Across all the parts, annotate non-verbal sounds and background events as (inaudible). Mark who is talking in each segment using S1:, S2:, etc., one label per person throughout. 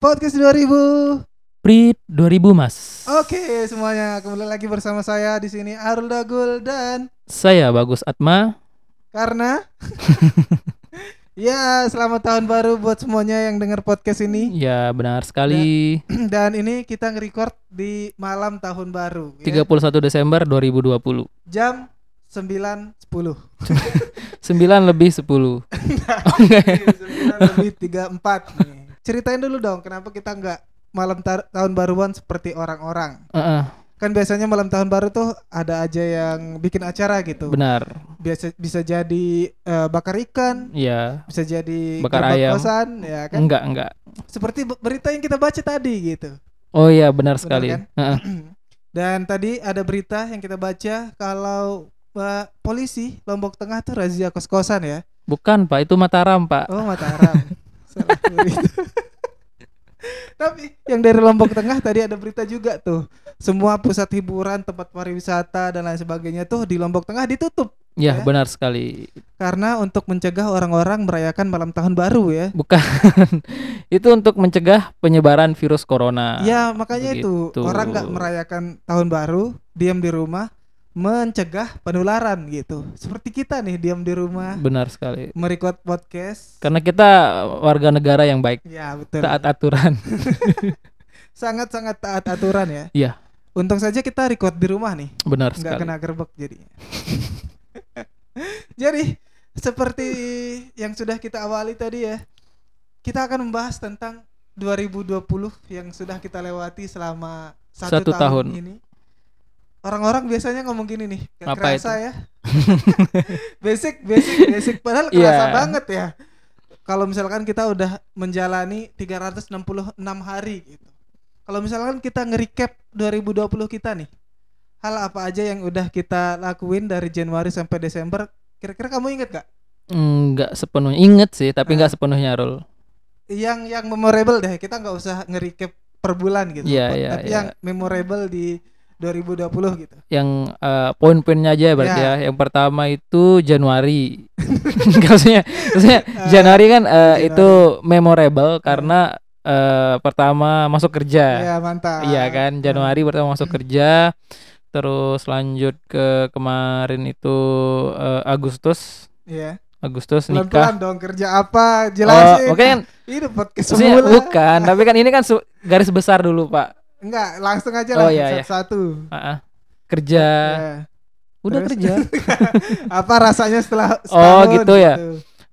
S1: Podcast 2000.
S2: Pri 2000 mas.
S1: Oke, semuanya kembali lagi bersama saya di sini Arul Dagul dan
S2: Saya Bagus Atma.
S1: karena Ya, selamat tahun baru buat semuanya yang dengar podcast ini.
S2: Ya benar sekali.
S1: (clears throat) Dan ini kita nge-record di malam tahun baru ya.
S2: 31 Desember 2020.
S1: jam 9.10.
S2: 9 lebih
S1: (laughs)
S2: 10.
S1: Sembilan lebih 34 nih. Ceritain dulu dong kenapa kita nggak malam tar- tahun baruan seperti orang-orang.
S2: Heeh,
S1: Kan biasanya malam tahun baru tuh ada aja yang bikin acara gitu.
S2: benar.
S1: Biasa bisa jadi eh, bakar ikan,
S2: Ya.
S1: bisa jadi
S2: Bakar
S1: gerobak
S2: ayam. Mm.
S1: kosan, ya kan?
S2: Enggak, enggak.
S1: Seperti be- berita yang kita baca tadi gitu. (clears throat)
S2: Oh iya benar sekali.
S1: kan?
S2: Heeh.
S1: Dan tadi ada berita yang kita baca kalau eh, polisi Lombok Tengah tuh razia kos-kosan ya.
S2: Bukan Pak, itu Mataram Pak.
S1: Oh
S2: (laughs)
S1: Mataram. Salah berita. (laughs) Tapi yang dari Lombok Tengah tadi ada berita juga tuh. Semua pusat hiburan, tempat pariwisata dan lain sebagainya tuh di Lombok Tengah ditutup
S2: Ya
S1: ya.
S2: benar sekali.
S1: karena untuk mencegah orang-orang merayakan malam tahun baru ya.
S2: Bukan. (laughs) itu untuk mencegah penyebaran virus corona.
S1: ya makanya itu
S2: Ah, begitu.
S1: orang nggak merayakan tahun baru, diam di rumah, mencegah penularan gitu. Seperti kita nih diam di rumah,
S2: Benar sekali.
S1: merecord podcast.
S2: Karena kita warga negara yang baik,
S1: Ya betul.
S2: taat aturan. (laughs)
S1: Sangat-sangat taat aturan ya.
S2: Iya.
S1: Untung saja kita record di rumah nih.
S2: Benar
S1: nggak
S2: sekali.
S1: kena gerbek jadinya. (laughs) Jadi seperti yang sudah kita awali tadi ya, kita akan membahas tentang 2020 yang sudah kita lewati selama satu,
S2: Satu
S1: tahun,
S2: tahun.
S1: ini. Orang-orang biasanya ngomong gini nih, gak
S2: Apa
S1: kerasa ya.
S2: (laughs)
S1: basic, basic, basic. Padahal kerasa
S2: Iya.
S1: banget ya. Kalau misalkan kita udah menjalani 366 hari gitu. Kalau misalkan kita nge-recap 2020 kita nih, hal apa aja yang udah kita lakuin dari Januari sampai Desember? Kira-kira kamu inget gak?
S2: Enggak sepenuhnya inget sih, tapi
S1: Ah.
S2: enggak sepenuhnya Rul.
S1: Yang yang memorable deh, kita nggak usah nge-recap per bulan gitu.
S2: Iya, iya,
S1: Tapi
S2: iya.
S1: yang memorable di 2020 gitu.
S2: yang eh, poin-poinnya aja berarti
S1: Ya.
S2: ya. Yang pertama itu Januari. (laughs) Nggak, maksudnya, maksudnya Januari kan eh,
S1: Ah, Januari.
S2: itu memorable karena eh, pertama masuk kerja.
S1: Iya, mantap.
S2: Iya
S1: Ah.
S2: kan? Januari pertama masuk kerja. Terus lanjut ke kemarin itu eh, Agustus.
S1: Iya.
S2: Agustus nikah.
S1: Pelan-pelan dong kerja apa jelasin.
S2: Oh, oke kan
S1: Ini podcast
S2: maksudnya
S1: semula.
S2: bukan, tapi kan ini kan su- garis besar dulu, Pak.
S1: Enggak, langsung aja lah
S2: Oh, iya, iya.
S1: satu-satu.
S2: Ah, ah. Kerja.
S1: Iya.
S2: Udah
S1: Terus?
S2: kerja.
S1: Apa rasanya setelah
S2: Oh,
S1: setahun
S2: gitu ya.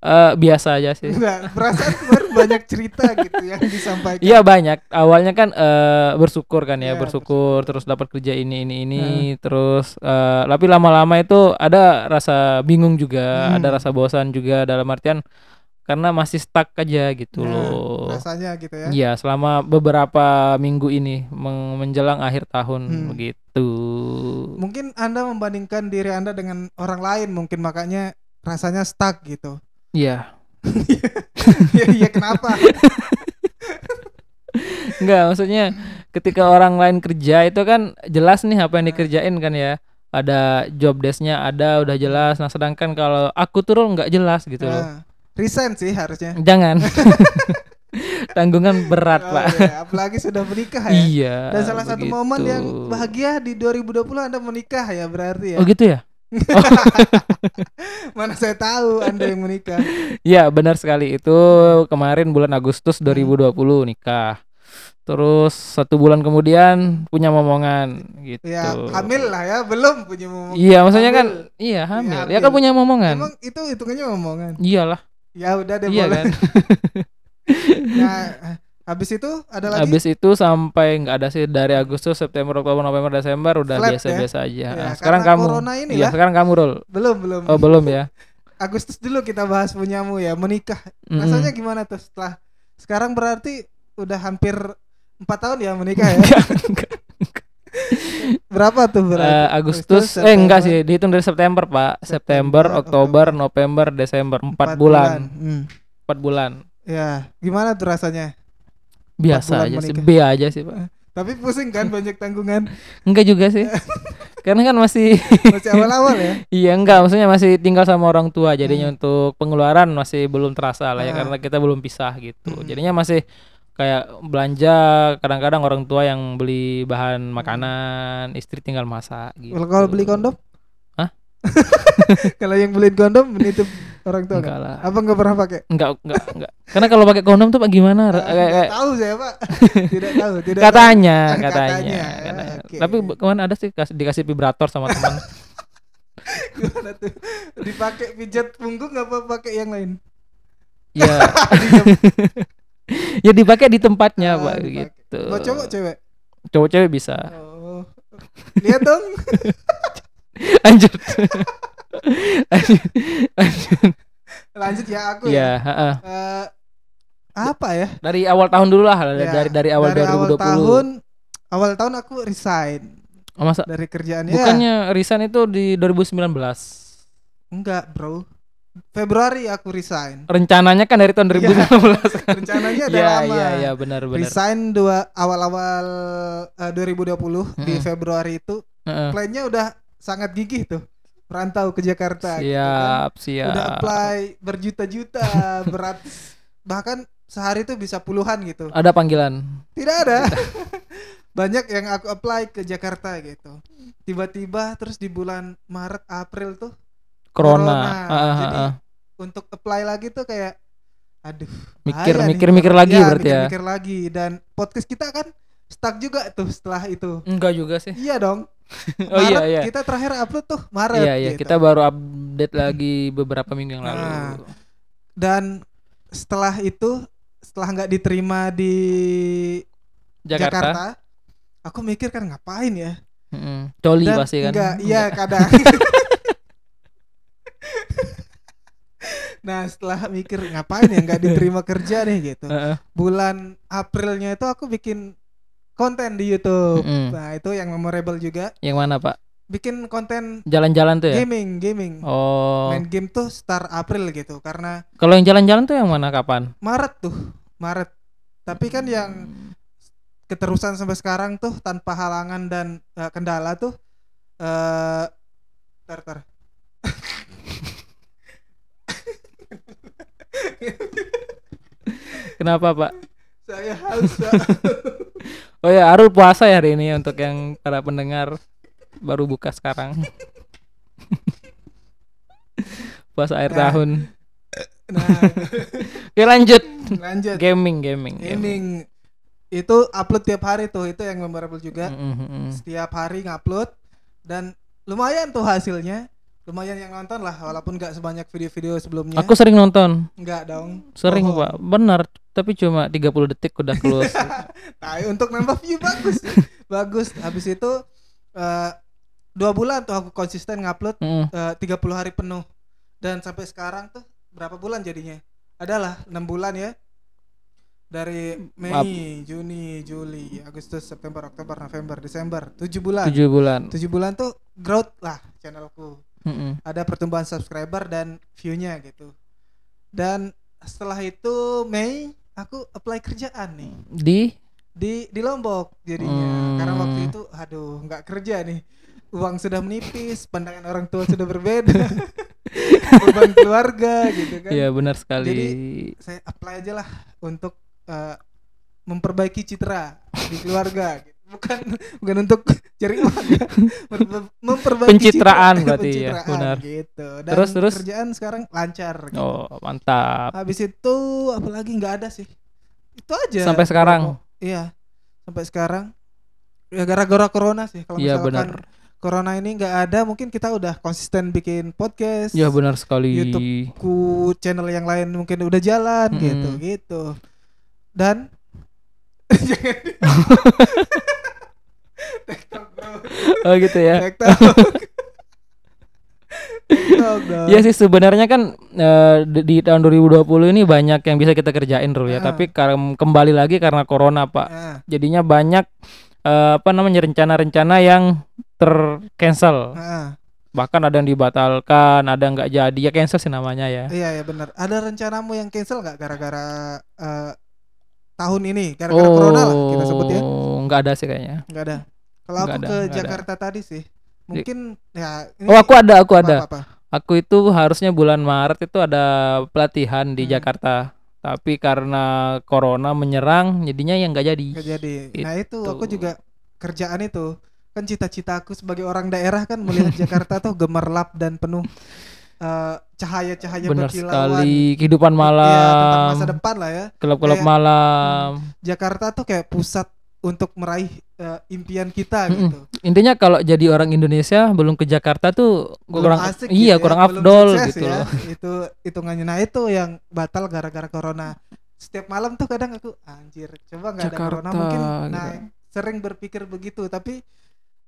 S2: Eh, biasa aja
S1: (laughs)
S2: sih.
S1: Enggak, perasaan kemarin banyak cerita gitu yang disampaikan.
S2: Iya banyak. Awalnya kan eh, bersyukur kan ya,
S1: Iya,
S2: bersyukur, terus dapat kerja ini ini ini, terus eh, tapi lama-lama itu ada rasa bingung juga,
S1: Hmm.
S2: ada rasa bosan juga dalam artian karena masih stuck aja gitu
S1: Nah,
S2: loh.
S1: Rasanya gitu ya.
S2: Iya, selama beberapa minggu ini meng- menjelang akhir
S1: Hmm.
S2: tahun gitu. begitu.
S1: Mungkin Anda membandingkan diri Anda dengan orang lain, mungkin makanya rasanya stuck gitu. (laughs)
S2: Iya.
S1: Iya, iya kenapa?
S2: Enggak, maksudnya ketika orang lain kerja itu kan jelas nih
S1: Nah.
S2: apa yang dikerjain kan ya. Ada job desk-nya ada udah jelas. Nah, sedangkan kalau aku tuh Rul, nggak jelas gitu
S1: Nah,
S2: loh.
S1: resign sih harusnya. (laughs)
S2: Jangan. Tanggungan berat,
S1: Oh,
S2: Pak.
S1: iya, Apalagi sudah menikah ya.
S2: Iya.
S1: Dan salah satu momen yang
S2: begitu.
S1: bahagia di 2020 Anda menikah ya berarti ya.
S2: Oh gitu ya?
S1: Mana saya tahu Anda yang menikah.
S2: Iya, benar sekali. Itu kemarin bulan Agustus
S1: Hmm.
S2: 2020 nikah. Terus satu bulan kemudian punya momongan gitu.
S1: Ya, hamil lah ya, belum punya momongan.
S2: Iya, maksudnya kan
S1: Hamil.
S2: iya hamil.
S1: Iya,
S2: Ya, kan
S1: hamil.
S2: punya momongan.
S1: Emang itu hitungannya momongan.
S2: Iyalah,
S1: Ya udah deh
S2: iya
S1: boleh.
S2: kan.
S1: Nah, habis itu ada lagi
S2: Habis itu sampai nggak ada sih dari Agustus, September, Oktober, November, Desember udah
S1: Flat ya?
S2: biasa-biasa aja.
S1: Ya,
S2: Ah,
S1: karena
S2: sekarang kamu.
S1: corona ini ya? Hmm.
S2: Iya,
S1: lah.
S2: sekarang kamu Rul.
S1: belum belum.
S2: Oh, belum ya.
S1: Agustus dulu kita bahas punyamu ya menikah.
S2: Mm-mm.
S1: Rasanya gitu. gimana tuh setelah sekarang berarti udah hampir empat tahun ya menikah ya?
S2: Enggak, enggak.
S1: Berapa tuh berarti?
S2: (laughs) Eh, Agustus eh enggak sih, dihitung dari September, Pak.
S1: September,
S2: September, Oktober,
S1: Oktober.
S2: November, Desember, 4
S1: Empat
S2: bulan.
S1: Hmm.
S2: 4 bulan.
S1: Ya, gimana tuh rasanya?
S2: Biasa
S1: bulan
S2: aja sih,
S1: menikah.
S2: B aja sih, Pak.
S1: Tapi pusing
S2: (laughs)
S1: kan banyak tanggungan
S2: Enggak juga
S1: (laughs)
S2: sih. Karena kan masih
S1: masih awal-awal ya.
S2: iya enggak, maksudnya masih tinggal sama orang tua jadinya
S1: Hmm.
S2: untuk pengeluaran masih belum terasa lah
S1: Ah.
S2: ya
S1: Hmm.
S2: karena kita belum pisah gitu.
S1: Mm-mm.
S2: Jadinya masih kayak belanja kadang-kadang orang tua yang beli bahan makanan istri tinggal masak gitu
S1: Hmm. Kalau- Kalau beli kondom?
S2: Hah?
S1: (laughs) Kalau yang beliin kondom menitip orang tua
S2: enggak
S1: nggak?
S2: lah
S1: Apa nggak pernah pakai?
S2: enggak enggak enggak karena kalau pakai kondom tuh pak gimana
S1: Ah,
S2: Kayak-
S1: nggak
S2: kayak-
S1: tahu saya
S2: (laughs)
S1: pak. Tidak tahu. Tidak
S2: katanya
S1: Ah,
S2: katanya,
S1: katanya,
S2: katanya.
S1: oke.
S2: tapi be- kemarin ada sih kas- dikasih vibrator sama teman
S1: (laughs) tahu. Gimana tuh? Dipakai pijat punggung apa pakai yang lain? Iya.
S2: ya (laughs) ya dipakai di tempatnya
S1: Ah,
S2: pak
S1: dipakai.
S2: gitu
S1: Buat cowok cewek.
S2: cowok cewek bisa
S1: Oh. Lihat dong.
S2: lanjut lanjut lanjut
S1: Lanjut ya aku ya.
S2: ya heeh.
S1: Eh, apa ya?
S2: dari awal tahun dulu lah dari
S1: Ya,
S2: dari, dari awal
S1: dari
S2: 2020
S1: awal tahun awal tahun aku resign
S2: Oh, masa
S1: dari kerjaannya.
S2: bukannya resign itu di 2019
S1: Enggak, Bro. Februari aku
S2: (laughs)
S1: resign.
S2: rencananya kan dari tahun
S1: (laughs)
S2: 2019 kan
S1: Rencananya ada
S2: ya
S1: Iya. lama.
S2: ya ya benar benar
S1: Resign dua awal-awal eh, 2020 di
S2: Mm-mm.
S1: Februari itu (laughs)
S2: Heeh.
S1: kliennya udah sangat gigih tuh merantau ke Jakarta gitu kan.
S2: siap ya. siap
S1: Udah apply berjuta-juta, (laughs) berat bahkan sehari tuh bisa puluhan gitu.
S2: ada panggilan
S1: Tidak ada. (laughs) Banyak yang aku apply ke Jakarta gitu. Tiba-tiba terus di bulan Maret April tuh
S2: corona,
S1: Corona.
S2: Ah, ah,
S1: Jadi,
S2: ah.
S1: untuk apply lagi tuh kayak aduh
S2: mikir
S1: bahaya nih.
S2: mikir mikir lagi
S1: Iya,
S2: berarti ya
S1: mikir-mikir lagi dan podcast kita kan stuck juga tuh setelah itu.
S2: enggak juga sih
S1: Iya dong.
S2: oh iya
S1: Maret
S2: iya
S1: Kita terakhir upload tuh Maret.
S2: iya iya
S1: gitu.
S2: kita baru update lagi beberapa minggu yang lalu
S1: Nah. Dan setelah itu setelah nggak diterima di
S2: Jakarta,
S1: Jakarta, aku mikir kan ngapain ya?
S2: Mm-mm. coli
S1: Dan
S2: pasti kan
S1: enggak, iya
S2: (laughs)
S1: kadang. nah setelah mikir ngapain ya nggak diterima kerja nih gitu.
S2: Heeh.
S1: Bulan Aprilnya itu aku bikin konten di YouTube.
S2: Mm-mm.
S1: Nah itu yang memorable juga.
S2: yang mana pak
S1: Bikin konten
S2: jalan-jalan tuh ya
S1: gaming, gaming.
S2: oh
S1: Main game tuh start April gitu karena
S2: kalau yang jalan-jalan tuh yang mana kapan
S1: Maret tuh, Maret. Tapi kan yang keterusan sampai sekarang tuh tanpa halangan dan eh, kendala tuh eh tar tar.
S2: kenapa pak
S1: Saya haus. Pak.
S2: oh ya Arul puasa ya hari ini untuk yang para pendengar baru buka
S1: (laughs)
S2: sekarang puasa air
S1: Nah.
S2: tahun
S1: nah,
S2: oke lanjut
S1: lanjut.
S2: gaming gaming
S1: Gaming itu upload tiap hari tuh, itu yang memorable juga.
S2: Mm, mm, mm.
S1: Setiap hari ngupload dan lumayan tuh hasilnya. Lumayan yang nonton lah walaupun nggak sebanyak video-video sebelumnya.
S2: aku sering nonton
S1: nggak dong.
S2: Sering
S1: Bohong.
S2: pak, benar. Tapi cuma 30 detik udah
S1: (laughs)
S2: close.
S1: Tai untuk nambah view bagus. bagus. Habis itu eh, dua bulan tuh aku konsisten ngupload eh,
S2: Mm.
S1: 30 hari penuh. Dan sampai sekarang tuh berapa bulan jadinya? Adalah enam bulan ya. Dari Mei,
S2: Maaf.
S1: Juni, Juli, Agustus, September, Oktober, November, Desember, tujuh bulan.
S2: Tujuh bulan.
S1: Tujuh bulan tuh growth lah channelku.
S2: Mm-mm.
S1: Ada pertumbuhan subscriber dan view-nya gitu. Dan setelah itu Mei aku apply kerjaan nih
S2: Di
S1: di di Lombok jadinya
S2: Hmm.
S1: karena waktu itu aduh nggak kerja nih uang sudah menipis pandangan orang tua sudah berbeda
S2: (laughs)
S1: beban keluarga gitu kan
S2: ya benar sekali.
S1: saya apply aja lah untuk eh, memperbaiki citra di keluarga gitu. bukan bukan untuk cari uang ya. Memper- memperbaiki
S2: Pencitraan
S1: citra.
S2: berarti ya,
S1: Pencitraan,
S2: benar.
S1: gitu dan
S2: Terus, terus?
S1: kerjaan sekarang lancar gitu.
S2: Oh, mantap.
S1: habis itu apalagi nggak ada sih itu aja
S2: Sampai sekarang.
S1: Iya. Sampai sekarang ya gara-gara corona sih kalau
S2: Iya,
S1: misalkan corona ini nggak ada mungkin kita udah konsisten bikin podcast.
S2: Ya benar sekali.
S1: YouTube. Ku channel yang lain mungkin udah jalan
S2: Mm-mm.
S1: gitu gitu.
S2: (laughs)
S1: Dan jangan di- TikTok bro.
S2: (laughs) Oh gitu
S1: (laughs)
S2: ya. (laughs)
S1: TikTok. TikTok dong.
S2: Ya sih sebenarnya kan eh, di di tahun 2020 ini banyak yang bisa kita kerjain dulu ya.
S1: Ah.
S2: Tapi kar- kembali lagi karena corona pak.
S1: Nah,
S2: Jadinya banyak eh, apa namanya rencana-rencana yang tercancel.
S1: nah,
S2: Bahkan ada yang dibatalkan, ada yang nggak jadi. Ya cancel sih namanya ya.
S1: (laughs) iya ya benar. Ada rencanamu yang cancel nggak gara-gara eh, tahun ini gara-gara
S2: oh,
S1: corona lah kita sebut ya.
S2: nggak ada sih kayaknya.
S1: Enggak ada. Kalau
S2: Nggak
S1: aku ke
S2: ada, nggak ada.
S1: Jakarta tadi sih, mungkin ya ini
S2: Oh aku ada, aku ada.
S1: apa-apa.
S2: Aku itu harusnya bulan Maret itu ada pelatihan di
S1: Hmm.
S2: Jakarta, tapi karena corona menyerang jadinya yang nggak jadi
S1: Nggak jadi. Nah itu aku juga kerjaan itu kan cita-cita aku sebagai orang daerah kan
S2: (laughs)
S1: melihat Jakarta tuh gemerlap dan penuh eh, cahaya-cahaya
S2: benar
S1: berkilauan.
S2: sekali kehidupan
S1: Ya, tentang masa
S2: malam
S1: depan lah ya.
S2: gelap-gelap
S1: Kayak- Hmm.
S2: malam
S1: Jakarta tuh kayak pusat untuk meraih eh, impian kita
S2: Mm-mm.
S1: gitu.
S2: intinya kalau jadi orang Indonesia belum ke Jakarta tuh
S1: Belum
S2: kurang
S1: asik gitu ya,
S2: iya kurang
S1: belum
S2: afdol
S1: sukses
S2: gitu
S1: ya.
S2: loh
S1: (laughs) Itu hitungannya nah itu yang batal gara-gara corona. Setiap malam tuh kadang aku anjir, coba nggak ada corona
S2: Jakarta,
S1: mungkin.
S2: gitu.
S1: Nah, sering berpikir begitu tapi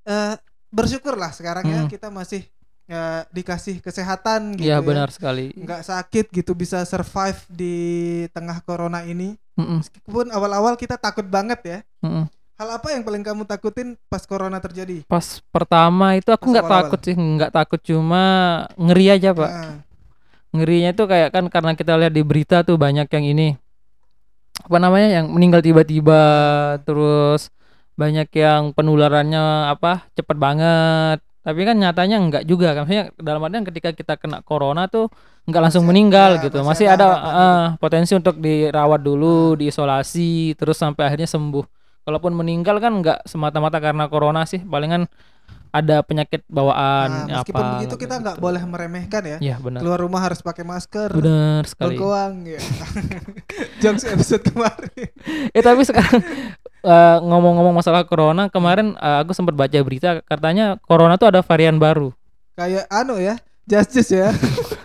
S1: eh bersyukurlah sekarang ya
S2: Hmm.
S1: kita masih eh, dikasih kesehatan gitu.
S2: iya
S1: ya.
S2: benar sekali
S1: Nggak sakit gitu bisa survive di tengah corona ini.
S2: Mm-mm,
S1: Meskipun awal-awal kita takut banget ya.
S2: mm-mm.
S1: Hal apa yang paling kamu takutin pas corona terjadi?
S2: pas pertama itu aku
S1: Pas
S2: nggak
S1: awal-awal.
S2: takut sih nggak takut cuma ngeri aja pak
S1: Nah,
S2: ngerinya itu kayak kan karena kita lihat di berita tuh banyak yang ini apa namanya yang meninggal tiba-tiba terus banyak yang penularannya apa cepet banget tapi kan nyatanya enggak juga kan maksudnya dalam artian ketika kita kena corona tuh enggak langsung
S1: Masih-
S2: meninggal
S1: ya,
S2: gitu
S1: masih
S2: masih,
S1: ada
S2: ada
S1: harapan
S2: eh, potensi untuk dirawat dulu diisolasi terus sampai akhirnya sembuh kalaupun meninggal kan enggak semata-mata karena corona sih palingan ada penyakit
S1: nah,
S2: bawaan
S1: meskipun
S2: apa
S1: begitu kita nggak
S2: gitu.
S1: boleh meremehkan ya.
S2: ya benar
S1: Keluar rumah harus pakai masker.
S2: benar sekali
S1: Bengkoang ya. (laughs) Jokes episode kemarin.
S2: Eh tapi sekarang (laughs) eh, ngomong-ngomong masalah corona kemarin eh, aku sempat baca berita katanya corona tuh ada varian baru. (laughs)
S1: Kayak anu ya, justice ya.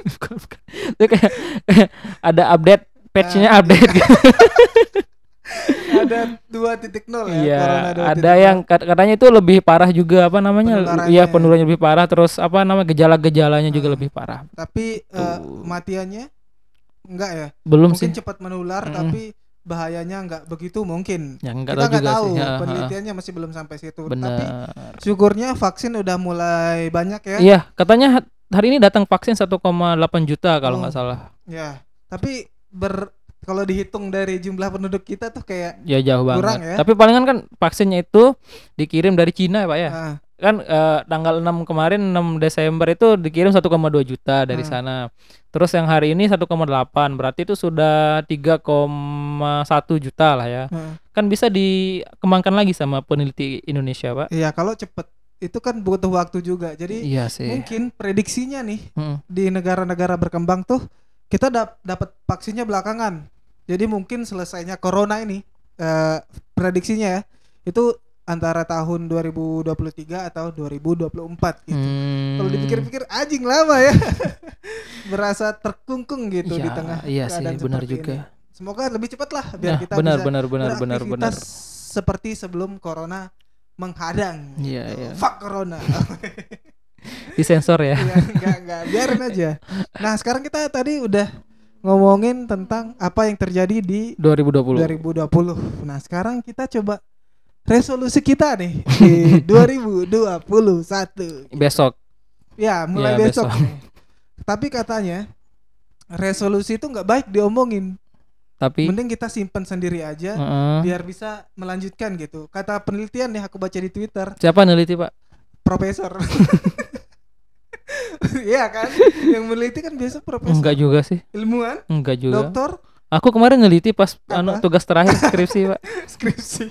S2: Bukan, bukan. Itu kayak (laughs) ada update patchnya
S1: Ah, (laughs)
S2: update gitu.
S1: Ada 2.0 ya.
S2: Iya,
S1: corona 2.0.
S2: ada yang kat- katanya itu lebih parah juga apa namanya?
S1: Penularannya.
S2: Iya, penurunan lebih parah terus apa nama gejala-gejalanya
S1: Ah.
S2: juga lebih parah.
S1: tapi eh,
S2: Tuh.
S1: kematiannya enggak ya.
S2: Belum
S1: Mungkin
S2: sih.
S1: cepat menular
S2: Mm-mm.
S1: tapi bahayanya enggak begitu mungkin.
S2: Ya enggak
S1: Kita
S2: tahu
S1: nggak
S2: juga
S1: tahu,
S2: sih. Ya,
S1: penelitiannya masih belum sampai situ.
S2: benar.
S1: Tapi syukurnya vaksin udah mulai banyak ya.
S2: Iya, katanya ha- hari ini datang vaksin 1,8 juta
S1: Oh.
S2: kalau nggak salah.
S1: Ya, tapi ber kalau dihitung dari jumlah penduduk kita tuh kayak
S2: Ya jauh banget.
S1: Kurang ya.
S2: Tapi palingan kan vaksinnya itu dikirim dari Cina ya, Pak ya.
S1: ah,
S2: kan eh, tanggal 6 kemarin 6 Desember itu dikirim 1,2 juta dari
S1: Hmm.
S2: sana. Terus yang hari ini 1,8 berarti itu sudah 3,1 juta lah ya.
S1: Hmm.
S2: Kan bisa dikembangkan lagi sama peneliti Indonesia, Pak.
S1: iya kalau cepet itu kan butuh waktu juga. Jadi
S2: Iya sih.
S1: mungkin prediksinya nih
S2: Mm.
S1: di negara-negara berkembang tuh kita dap- dapat vaksinnya belakangan. Jadi mungkin selesainya corona ini eh, prediksinya ya itu antara tahun 2023 atau 2024 gitu.
S2: Hmm.
S1: Kalau dipikir-pikir anjing lama ya. (laughs) Berasa terkungkung gitu
S2: Iya,
S1: di tengah
S2: iya sih,
S1: keadaan
S2: benar
S1: seperti
S2: juga.
S1: ini. Semoga lebih cepat lah biar
S2: Nah,
S1: kita
S2: benar
S1: bisa
S2: benar benar benar benar.
S1: beraktivitas seperti sebelum corona menghadang.
S2: Iya,
S1: gitu.
S2: iya.
S1: Fuck corona. (laughs)
S2: Disensor ya.
S1: ya enggak enggak biarin aja nah sekarang kita tadi udah ngomongin tentang apa yang terjadi di
S2: 2020.
S1: 2020 nah sekarang kita coba resolusi kita nih
S2: (laughs)
S1: di 2021
S2: Besok.
S1: ya mulai
S2: Ya,
S1: besok,
S2: besok.
S1: nih. tapi katanya resolusi itu nggak baik diomongin
S2: Tapi
S1: mending kita simpen sendiri aja
S2: Heeh.
S1: biar bisa melanjutkan gitu kata penelitian nih aku baca di twitter
S2: siapa neliti, Pak?
S1: profesor Iya kan, yang meneliti kan biasa profesor
S2: Enggak Iya. juga sih.
S1: ilmuwan,
S2: Enggak juga.
S1: dokter,
S2: Aku kemarin neliti pas
S1: Apa?
S2: anu tugas terakhir skripsi, Pak.
S1: skripsi.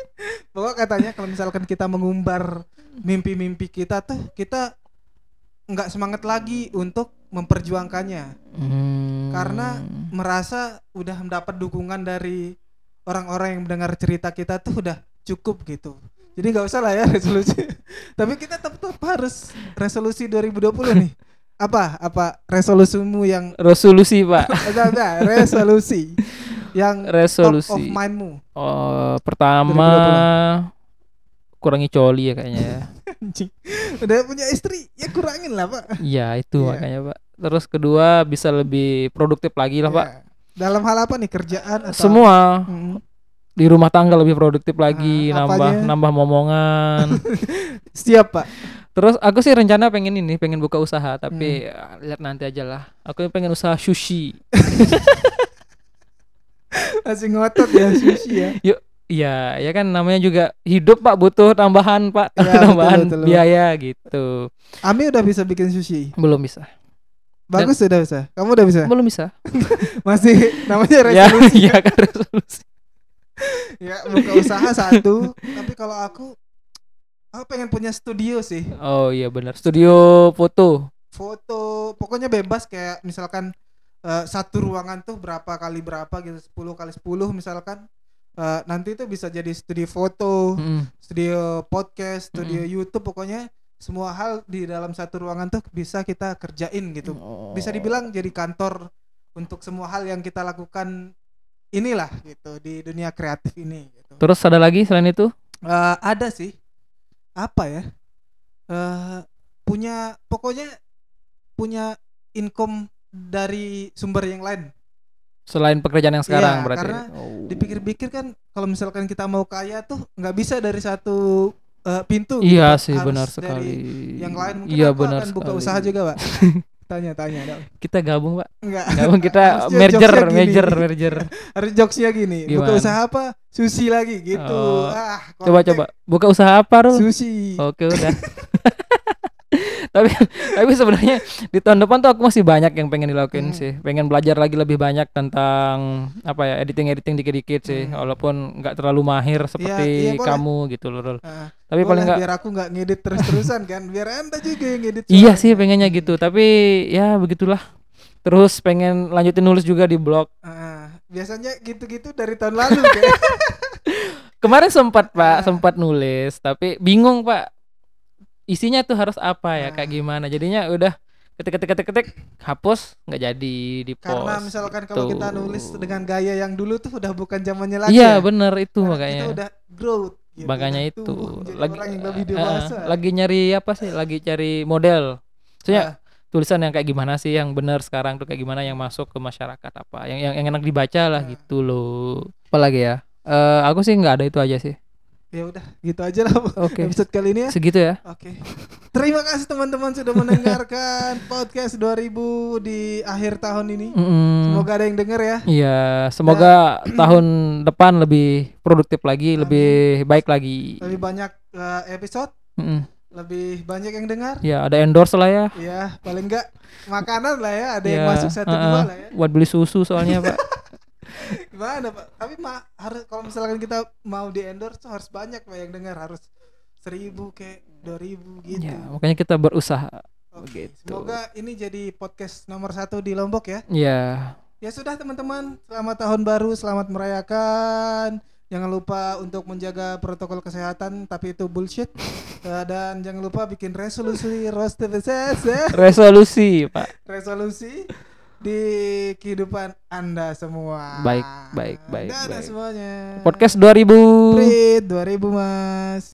S1: (laughs) Pokoknya katanya kalau misalkan kita mengumbar mimpi-mimpi kita tuh kita nggak semangat lagi untuk memperjuangkannya
S2: Hmm.
S1: Karena- merasa udah mendapat dukungan dari orang-orang yang mendengar cerita kita tuh udah cukup gitu jadi nggak usah lah ya (laughs) resolusi tapi kita tetap, tetap harus resolusi 2020 nih apa apa resolusimu yang (laughs)
S2: resolusi, Pak.
S1: ada ada resolusi yang top of
S2: Resolusi.
S1: mindmu
S2: Oh, pertama kurangi coli ya kayaknya
S1: (laughs)
S2: ya.
S1: anjing udah punya istri ya kurangin lah pak
S2: Iya, itu
S1: Iya.
S2: makanya, Pak. Terus kedua bisa lebih produktif lagi lah, Pak.
S1: Ya. dalam hal apa nih kerjaan atau
S2: Semua
S1: Mm,
S2: di rumah tangga lebih produktif lagi,
S1: Iya. Ah,
S2: nambah
S1: apanya?
S2: nambah
S1: (laughs)
S2: momongan.
S1: siap pak
S2: Terus aku sih rencana pengen ini, pengen buka usaha,
S1: Hmm.
S2: tapi ah, lihat nanti aja lah. Aku pengen usaha sushi.
S1: masih ngotot ya sushi ya
S2: Iya, ya kan namanya juga hidup, Pak, butuh tambahan, (laughs) Pak.
S1: Iya, betul,
S2: tambahan
S1: betul.
S2: biaya gitu. Eh.
S1: Ami udah bisa bikin sushi
S2: Belum bisa.
S1: Bagus sudah bisa. Kamu udah bisa.
S2: belum bisa
S1: Masih namanya
S2: (laughs) ya
S1: resolusi.
S2: ya kan resolusi
S1: Ya, buka usaha satu. Tapi kalau aku aku pengen punya studio sih.
S2: oh iya benar studio foto
S1: Foto, pokoknya bebas kayak misalkan eh, satu ruangan tuh berapa kali berapa gitu, 10 kali 10 misalkan. Eh, nanti itu bisa jadi studio foto,
S2: Mm.
S1: studio podcast, studio YouTube, pokoknya semua hal di dalam satu ruangan tuh bisa kita kerjain gitu. bisa dibilang jadi kantor untuk semua hal yang kita lakukan inilah gitu di dunia kreatif ini gitu.
S2: terus ada lagi selain itu
S1: Eh, ada sih apa ya eh punya pokoknya punya income dari sumber yang lain
S2: selain pekerjaan yang sekarang
S1: Iya,
S2: berarti
S1: karena
S2: Oh.
S1: dipikir-pikir kan kalau misalkan kita mau kaya tuh nggak bisa dari satu eh, pintu gitu,
S2: iya
S1: Pak.
S2: sih
S1: Harus
S2: benar
S1: dari
S2: sekali
S1: yang lain mungkin
S2: iya
S1: aku
S2: benar
S1: akan buka
S2: sekali.
S1: usaha juga
S2: (laughs)
S1: pak tanya-tanya dong.
S2: kita gabung
S1: (laughs)
S2: pak
S1: nggak
S2: gabung kita
S1: Harusnya
S2: merger
S1: jokesnya gini.
S2: merger
S1: (laughs)
S2: merger
S1: harus jokesnya gini buka
S2: Gimana?
S1: usaha apa sushi lagi gitu
S2: Oh.
S1: ah
S2: coba
S1: kontak
S2: coba Oh. buka usaha apa Rul?
S1: sushi
S2: Oke udah. (laughs) tapi tapi sebenarnya di tahun depan tuh aku masih banyak yang pengen
S1: Hmm.
S2: dilakuin sih. Pengen belajar lagi lebih banyak tentang apa ya editing-editing dikit-dikit sih.
S1: Hmm.
S2: Walaupun nggak terlalu mahir
S1: iya,
S2: seperti
S1: boleh.
S2: kamu gitu loh. Rul.
S1: Ah,
S2: Tapi
S1: boleh,
S2: paling nggak
S1: biar aku nggak ngedit terus-terusan kan biar anda juga yang ngedit
S2: iya
S1: soalnya.
S2: sih pengennya gitu.
S1: Hmm.
S2: Tapi ya begitulah. Terus pengen lanjutin nulis juga di blog.
S1: Ah, biasanya gitu-gitu dari tahun lalu kan
S2: (laughs) Kemarin sempat Pak,
S1: Ah.
S2: sempat nulis tapi bingung Pak. Isinya tuh harus apa ya,
S1: Ah.
S2: kayak gimana. Jadinya udah ketik ketik ketik ketik hapus nggak jadi di
S1: karena
S2: post,
S1: misalkan kalau kita
S2: gitu.
S1: nulis dengan gaya yang dulu tuh udah bukan zamannya lagi ya.
S2: Iya bener itu
S1: Karena
S2: makanya
S1: kita udah growth gitu,
S2: makanya
S1: udah
S2: itu
S1: tumbuh menjadi
S2: lagi
S1: orang yang lebih
S2: eh, eh,
S1: dewasa
S2: lagi nyari apa sih lagi cari model
S1: Ah.
S2: maksudnya tulisan yang kayak gimana sih yang benar sekarang tuh kayak gimana yang masuk ke masyarakat apa yang yang, yang enak dibaca lah
S1: Ah.
S2: gitu loh apalagi ya Eh aku sih nggak ada itu aja sih
S1: ya udah gitu aja lah
S2: oke
S1: episode kali ini ya
S2: segitu ya
S1: Oke. Terima kasih teman-teman
S2: (laughs)
S1: sudah mendengarkan podcast 2000 di akhir tahun ini.
S2: Mm-mm.
S1: Semoga ada yang denger ya.
S2: Iya, semoga tahun depan lebih produktif lagi,
S1: Amin.
S2: lebih baik lagi.
S1: Lebih banyak eh, episode,
S2: Mm-mm.
S1: lebih banyak yang dengar.
S2: Ya, ada endorse lah ya.
S1: Ya, paling enggak makanan lah ya, ada yang
S2: Ya,
S1: masuk satu
S2: uh-uh.
S1: dua lah ya.
S2: Buat beli susu soalnya, (laughs) Pak.
S1: Gimana, Pak? Tapi ma- harus kalau misalkan kita mau di endorse tuh harus banyak Pak yang dengar, harus 1000 kayak 2000 gitu.
S2: Ya, oh, gitu. makanya kita berusaha.
S1: Oke.
S2: begitu.
S1: Semoga ini jadi podcast nomor satu di Lombok ya.
S2: Ya,
S1: Ya sudah teman-teman, selamat tahun baru, selamat merayakan. Jangan lupa untuk menjaga protokol kesehatan, tapi itu
S2: (laughs)
S1: bullshit. Eh, Dan jangan lupa bikin resolusi resolusi
S2: resolusi, Pak.
S1: ya. resolusi di kehidupan Anda semua.
S2: Baik, baik, baik,
S1: Dadah
S2: baik.
S1: semuanya.
S2: Podcast 2000.
S1: Prit 2000 Mas.